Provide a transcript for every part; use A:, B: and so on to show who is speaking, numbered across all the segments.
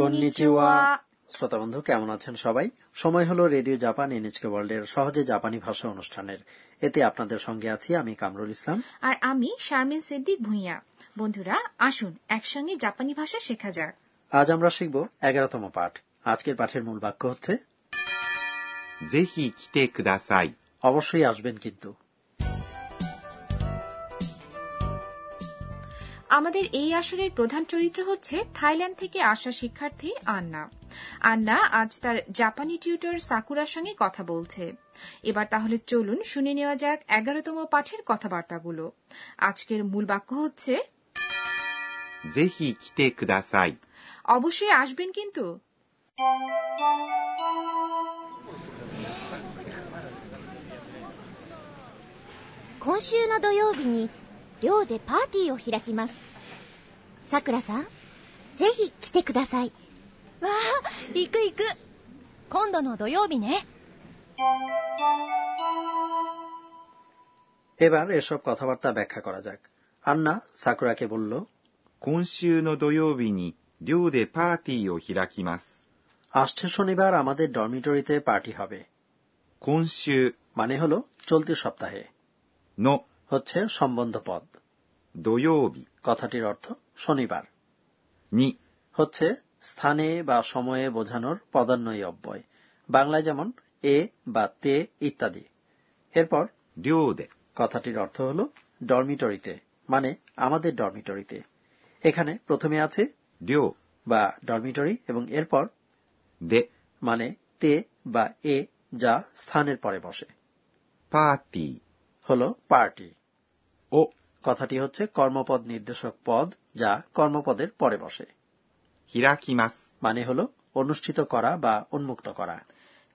A: konnichiwa শ্রোতা বন্ধু কেমন আছেন সবাই সময় হলো রেডিও জাপান এনএচকে ওয়ার্ল্ডের সহজে জাপানি ভাষা অনুষ্ঠানের এতে আপনাদের সঙ্গে আছি আমি কামরুল ইসলাম
B: আর আমি শারমিন সিদ্দিক ভুঁইয়া বন্ধুরা আসুন একসঙ্গে জাপানি ভাষা শেখা যাক
A: আজ আমরা শিখব এগারোতম পাঠ আজকের পাঠের মূল বাক্য হচ্ছে
C: ぜひ来てください。
A: অবশ্যই আসবেন কিন্তু
B: আমাদের এই আসরের প্রধান চরিত্র হচ্ছে থাইল্যান্ড থেকে আসা শিক্ষার্থী আন্না আন্না আজ তার জাপানি টিউটর সাকুরার সঙ্গে কথা বলছে এবার তাহলে চলুন শুনে নেওয়া যাক এগারোতম পাঠের কথাবার্তাগুলো আজকের মূল বাক্য হচ্ছে
C: ぜひ来てください。
B: অবশ্যই আসবেন কিন্তু
D: 今週の土曜日に寮でパーティーを開きますさくらさんぜひ来てくださいわあ行く行く今度の土曜日ね
A: এবার এসব কথাবার্তা ব্যাখ্যা করা যাক আন্না সাকুরাকে বলল
C: 今週の土曜日に寮でパーティーを開きます。
A: আসছে শনিবার আমাদের ডরমিটরিতে পার্টি হবে
C: 今週
A: মানে হলো চলতি সপ্তাহে
C: の
A: হচ্ছে সম্বন্ধ পদ
C: 土曜日
A: কথাটির অর্থ শনিবার
C: に
A: হচ্ছে স্থানে বা সময়ে বোঝানোর পদান্বয়ী অব্যয় বাংলায় যেমন এ বা তে ইত্যাদি এরপর
C: 寮で
A: কথাটির অর্থ হল ডরমিটরিতে মানে আমাদের ডরমিটরিতে এখানে প্রথমে আছে
C: 寮
A: বা ডরমিটরি এবং এরপর
C: で
A: মানে তে বা এ যা স্থানের পরে বসে
C: パーティ
A: হল পার্টি
C: ーを
A: কথাটি হচ্ছে কর্মপদ নির্দেশক পদ যা কর্মপদের পরে বসে
C: 開きます。
A: মানে হল অনুষ্ঠিত করা বা উন্মুক্ত করা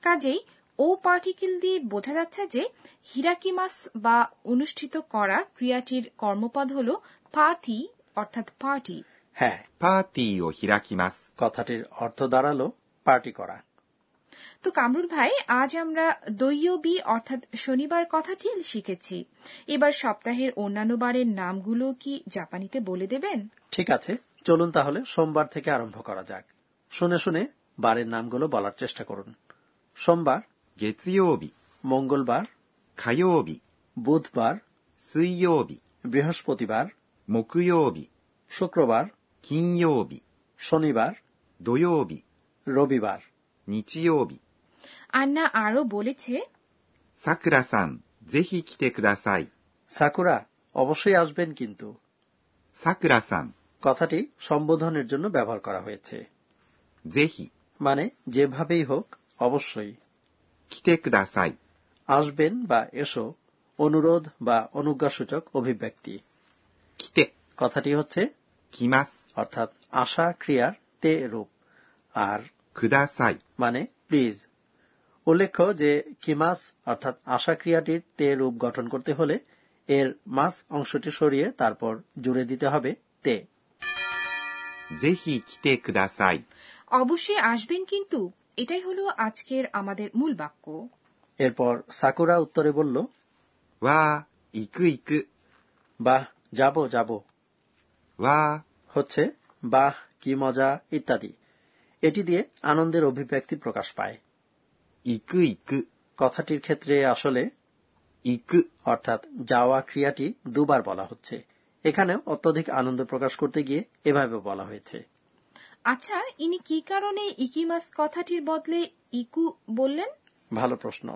B: কাজেই ও পার্টিকেল দিয়ে বোঝা যাচ্ছে যে হিরাকিমাস বা অনুষ্ঠিত করা ক্রিয়াটির কর্মপদ হল পার্টি অর্থাৎ পার্টি
A: হ্যাঁ
C: パーティーを開きます。
A: কথাটির অর্থ দাঁড়ালো পার্টি করা
B: তো কামরুল ভাই আজ আমরা দৈয়বি অর্থাৎ শনিবার কথাটি শিখেছি এবার সপ্তাহের অন্যান্য বারের নামগুলো কি জাপানিতে বলে দেবেন
A: ঠিক আছে চলুন তাহলে সোমবার থেকে আরম্ভ করা যাক শুনে শুনে বারের নামগুলো বলার চেষ্টা করুন সোমবার
C: 月曜日、
A: মঙ্গলবার
C: 火曜日、
A: বুধবার
C: 水曜日、
A: বৃহস্পতিবার
C: 木曜日、
A: শুক্রবার
C: 金曜日、
A: শনিবার
C: 土曜日、
A: রবিবার
C: 日曜日。
B: আন্না আরও বলেছে
C: さくらさん、ぜひ来てください。
A: সাকুরা অবশ্যই আসবেন কিন্তু
C: さくらさん、
A: কথাটি সম্বোধনের জন্য ব্যবহার করা হয়েছে
C: ぜひ、
A: মানে যেভাবেই হোক অবশ্যই
C: 来てください。
A: আসবেন বা এসো অনুরোধ বা অনুজ্ঞাসূচক অভিব্যক্তি
C: 来て、
A: কথাটি হচ্ছে
C: 来ます。
A: অর্থাৎ আশা ক্রিয়ার তে রূপ আর
C: ください。
A: মানে প্লিজ উল্লেখ্য যে কিমাস অর্থাৎ আশা ক্রিয়াটির তে রূপ গঠন করতে হলে এর মাস অংশটি সরিয়ে তারপর জুড়ে দিতে হবে তে
C: ぜひ来てください。
B: অবশ্যই আসবেন কিন্তু এটাই হলো আজকের আমাদের মূল বাক্য
A: এরপর সাকুরা উত্তরে বলল
C: わー、行く行く。
A: বাহ যাব যাব
C: わ
A: হচ্ছে বাহ কি মজা ইত্যাদি এটি দিয়ে আনন্দের অভিব্যক্তি প্রকাশ পায়
C: ー、行く行く。
A: কথাটির ক্ষেত্রে আসলে
C: 行く、
A: অর্থাৎ যাওয়া ক্রিয়াটি দুবার বলা হচ্ছে এখানেও অত্যধিক আনন্দ প্রকাশ করতে গিয়ে এভাবে বলা হয়েছে
B: আচ্ছা ইনি কি কারণে ইকিমাস কথাটির বদলে ইকু বললেন
A: ভালো প্রশ্ন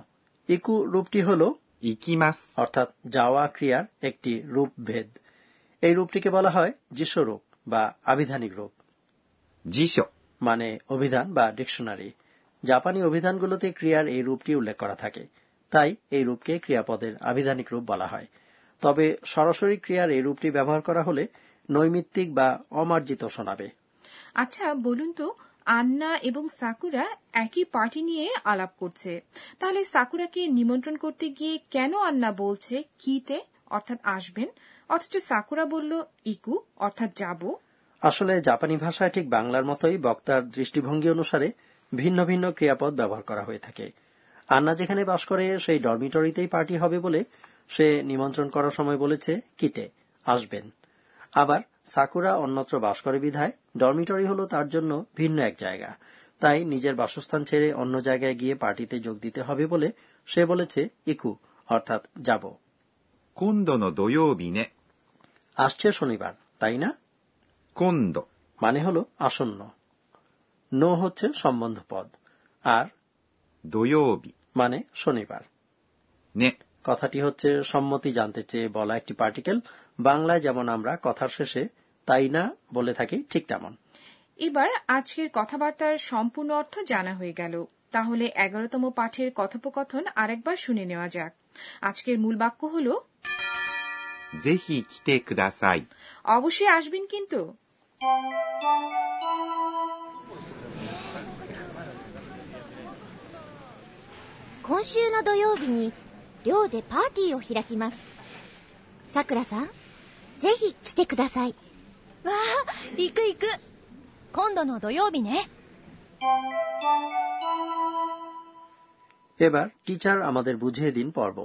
A: ইকু রূপটি হল
C: 行きます。
A: অর্থাৎ যাওয়া ক্রিয়ার একটি রূপভেদ এই রূপটিকে বলা হয় যিশ্বরূপ বা আবিধানিক রূপ
C: 辞書、
A: মানে অভিধান বা ডিকশনারি জাপানি অভিধানগুলোতে ক্রিয়ার এই রূপটি উল্লেখ করা থাকে তাই এই রূপকে ক্রিয়াপদের আবিধানিক রূপ বলা হয় তবে সরাসরি ক্রিয়ার এই রূপটি ব্যবহার করা হলে নৈমিত্তিক বা অমার্জিত শোনাবে
B: আচ্ছা বলুন তো আন্না এবং সাকুরা একই পার্টি নিয়ে আলাপ করছে তাহলে সাকুরাকে নিমন্ত্রণ করতে গিয়ে কেন আন্না বলছে কিতে অর্থাৎ আসবেন অথচ সাকুরা বলল ইকু অর্থাৎ যাব
A: আসলে জাপানি ভাষায় ঠিক বাংলার মতোই বক্তার দৃষ্টিভঙ্গি অনুসারে ভিন্ন ভিন্ন ক্রিয়াপদ ব্যবহার করা হয়ে থাকে আন্না যেখানে বাস করে সেই ডরমিটরিতেই পার্টি হবে বলে সে নিমন্ত্রণ করার সময় বলেছে কিতে আসবেন আবার সাকুরা অন্যত্র বাস করে বিধায় ডরমিটরি হলো তার জন্য ভিন্ন এক জায়গা তাই নিজের বাসস্থান ছেড়ে অন্য জায়গায় গিয়ে পার্টিতে যোগ দিতে হবে বলে সে বলেছে ইকু অর্থাৎ যাব
C: 今度の土曜日ね。
A: আসছে শনিবার তাই না
C: 今度、
A: মানে হলো আসন্ন নো হচ্ছে সম্বন্ধ পদ আর
C: 土曜日、
A: মানে শনিবার
C: ね。
A: কথাটি হচ্ছে সম্মতি জানতে চেয়ে বলা একটি পার্টিকেল বাংলায় যেমন আমরা কথার শেষে তাই না বলে থাকি ঠিক তেমন
B: এবার আজকের কথাবার্তার সম্পূর্ণ অর্থ জানা হয়ে গেল তাহলে এগারোতম পাঠের কথোপকথন আরেকবার শুনে নেওয়া যাক আজকের মূল বাক্য হল
C: ぜひ来てください。
B: অবশ্যই আসবেন কিন্তু
D: 今週の土曜日に寮でパーティーを開きますさくらさんぜひ来てくださいわあ行く行く今度の土曜日ね
A: এবার টিচার আমাদের বুঝিয়ে দিন পর্ব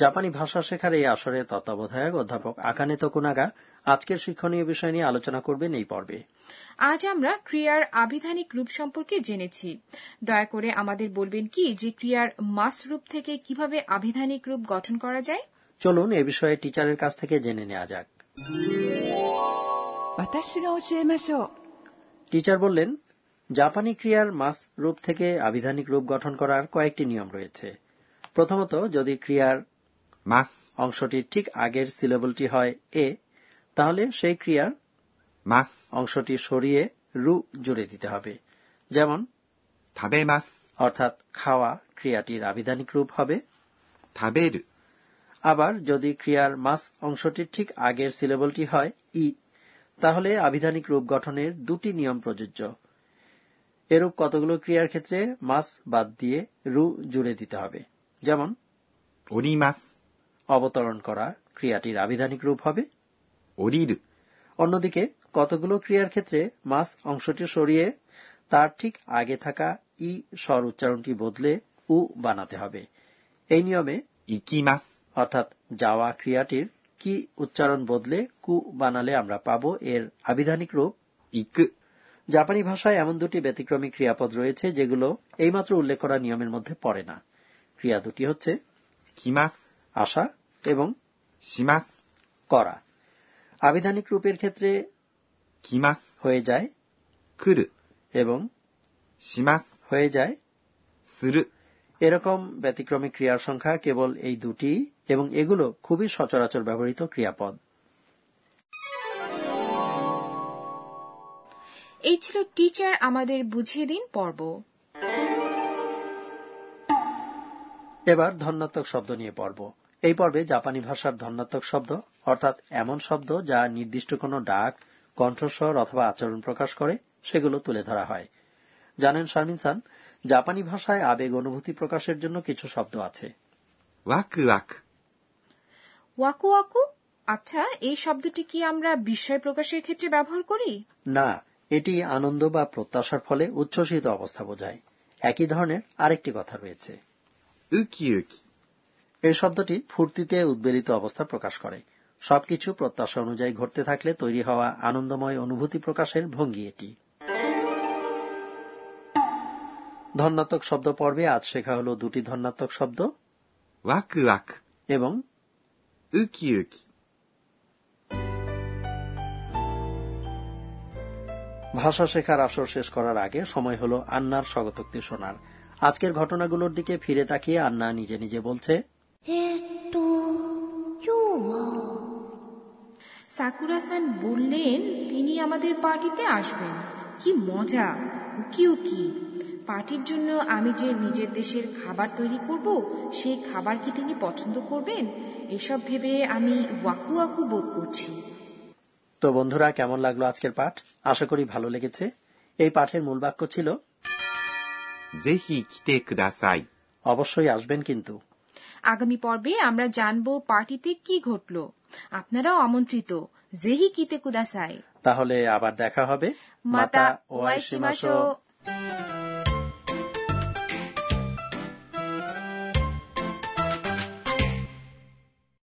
A: জাপানি ভাষা শেখার এই আসরের তত্ত্বাবধায়ক অধ্যাপক আকানে তকুনাগা আজকের শিক্ষণীয় বিষয় নিয়ে আলোচনা করবেন এই পর্বে
B: আজ আমরা ক্রিয়ার আবিধানিক রূপ সম্পর্কে জেনেছি দয়া করে আমাদের বলবেন কি যে ক্রিয়ার মাস রূপ থেকে কিভাবে আবিধানিক রূপ গঠন করা যায়
A: চলুন এ বিষয়ে টিচারের কাছ থেকে জেনে নেওয়া যাক
E: 私が教えましょう
A: টিচার বললেন জাপানি ক্রিয়ার মাস রূপ থেকে আবিধানিক রূপ গঠন করার কয়েকটি নিয়ম রয়েছে প্রথমত যদি ক্রিয়ার
C: ます、
A: অংশটির ঠিক আগের সিলেবলটি হয় এ তাহলে সেই ক্রিয়ার
C: ます。
A: অংশটি সরিয়ে রু জুড়ে দিতে হবে যেমন
C: 食べます。
A: অর্থাৎ খাওয়া ক্রিয়াটির আবিধানিক রূপ হবে
C: 食べる。
A: আবার যদি ক্রিয়ার মাস অংশটির ঠিক আগের সিলেবলটি হয় ই তাহলে আবিধানিক রূপ গঠনের দুটি নিয়ম প্রযোজ্য এরূপ কতগুলো ক্রিয়ার ক্ষেত্রে মাস বাদ দিয়ে রু জুড়ে দিতে হবে যেমন
C: 降ります。
A: অবতরণ করা ক্রিয়াটির আবিধানিক রূপ হবে
C: 降りる。
A: অন্যদিকে কতগুলো ক্রিয়ার ক্ষেত্রে মাস অংশটি সরিয়ে তার ঠিক আগে থাকা ই স্বর উচ্চারণটি বদলে উ বানাতে হবে এই নিয়মে
C: 行きます。
A: অর্থাৎ যাওয়া ক্রিয়াটির কি উচ্চারণ বদলে কু বানালে আমরা পাব এর আবিধানিক রূপ
C: 行く。
A: জাপানি ভাষায় এমন দুটি ব্যতিক্রমী ক্রিয়াপদ রয়েছে যেগুলো এইমাত্র উল্লেখ করা নিয়মের মধ্যে পড়ে না ক্রিয়া দুটি হচ্ছে
C: 来ます。
A: আশা এবং
C: します。
A: করা আবিধানিক রূপের ক্ষেত্রে
C: 来ます。
A: হয়ে যায়
C: 来る。
A: এবং
C: します。
A: হয়ে যায়
C: する。
A: এরকম ব্যতিক্রমী ক্রিয়ার সংখ্যা কেবল এই দুটি এবং এগুলো খুবই সচরাচর ব্যবহৃত ক্রিয়াপদ
B: এই ছিল টিচার আমাদের বুঝিয়ে দিন পর্ব
A: এবার ধন্যাত্মক শব্দ নিয়ে পর্ব এই পর্বে জাপানি ভাষার ধন্যাত্মক শব্দ অর্থাৎ এমন শব্দ যা নির্দিষ্ট কোনো ডাক কণ্ঠস্বর অথবা আচরণ প্রকাশ করে সেগুলো তুলে ধরা হয় জানেন শারমিন সান জাপানি ভাষায় আবেগ অনুভূতি প্রকাশের জন্য কিছু শব্দ আছে
C: ワクワク。
B: ওয়াকু ওয়াকু আচ্ছা এই শব্দটি কি আমরা বিস্ময় প্রকাশের ক্ষেত্রে ব্যবহার করি
A: না এটি আনন্দ বা প্রত্যাশার ফলে উচ্ছ্বসিত অবস্থা বোঝায় একই ধরনের আরেকটি কথা রয়েছে
C: ウキウキ。
A: এই শব্দটি ফুর্তিতে উদ্বেলিত অবস্থা প্রকাশ করে সবকিছু প্রত্যাশা অনুযায়ী ঘটতে থাকলে তৈরি হওয়া আনন্দময় অনুভূতি প্রকাশের ভঙ্গি এটি ধন্যাত্মক শব্দ পর্বে আজ শেখা হলো দুটি ধন্যাত্মক শব্দ
C: ワクワク。
A: এবং
C: ウキウキ。
A: ভাষা শেখার আসর শেষ করার আগে সময় হলো আন্নার স্বগতোক্তি শোনার আজকের ঘটনাগুলোর দিকে ফিরে তাকিয়ে আন্না নিজে নিজে বলছে
D: えーっと今日は
B: সাকুরা সান বললেন তিনি আমাদের পার্টিতে আসবেন কি মজা উকি উকি পার্টির জন্য আমি যে নিজের দেশের খাবার তৈরি করব সেই খাবার কি তিনি পছন্দ করবেন এসব ভেবে আমি ওয়াকু ওয়াকু বোধ করছি
A: তো বন্ধুরা কেমন লাগলো আজকের পাঠ আশা করি ভালো লেগেছে এই পাঠের মূল বাক্য ছিল
C: ぜひ来てください。
A: অবশ্যই আসবেন কিন্তু
B: আগামী পর্বে আমরা জানব পার্টিতে কি ঘটল আপনারাও আমন্ত্রিত জেহি কিতে কুদাসাই
A: তাহলে আবার দেখা হবে
B: মাতা ওয়াই শিমাশো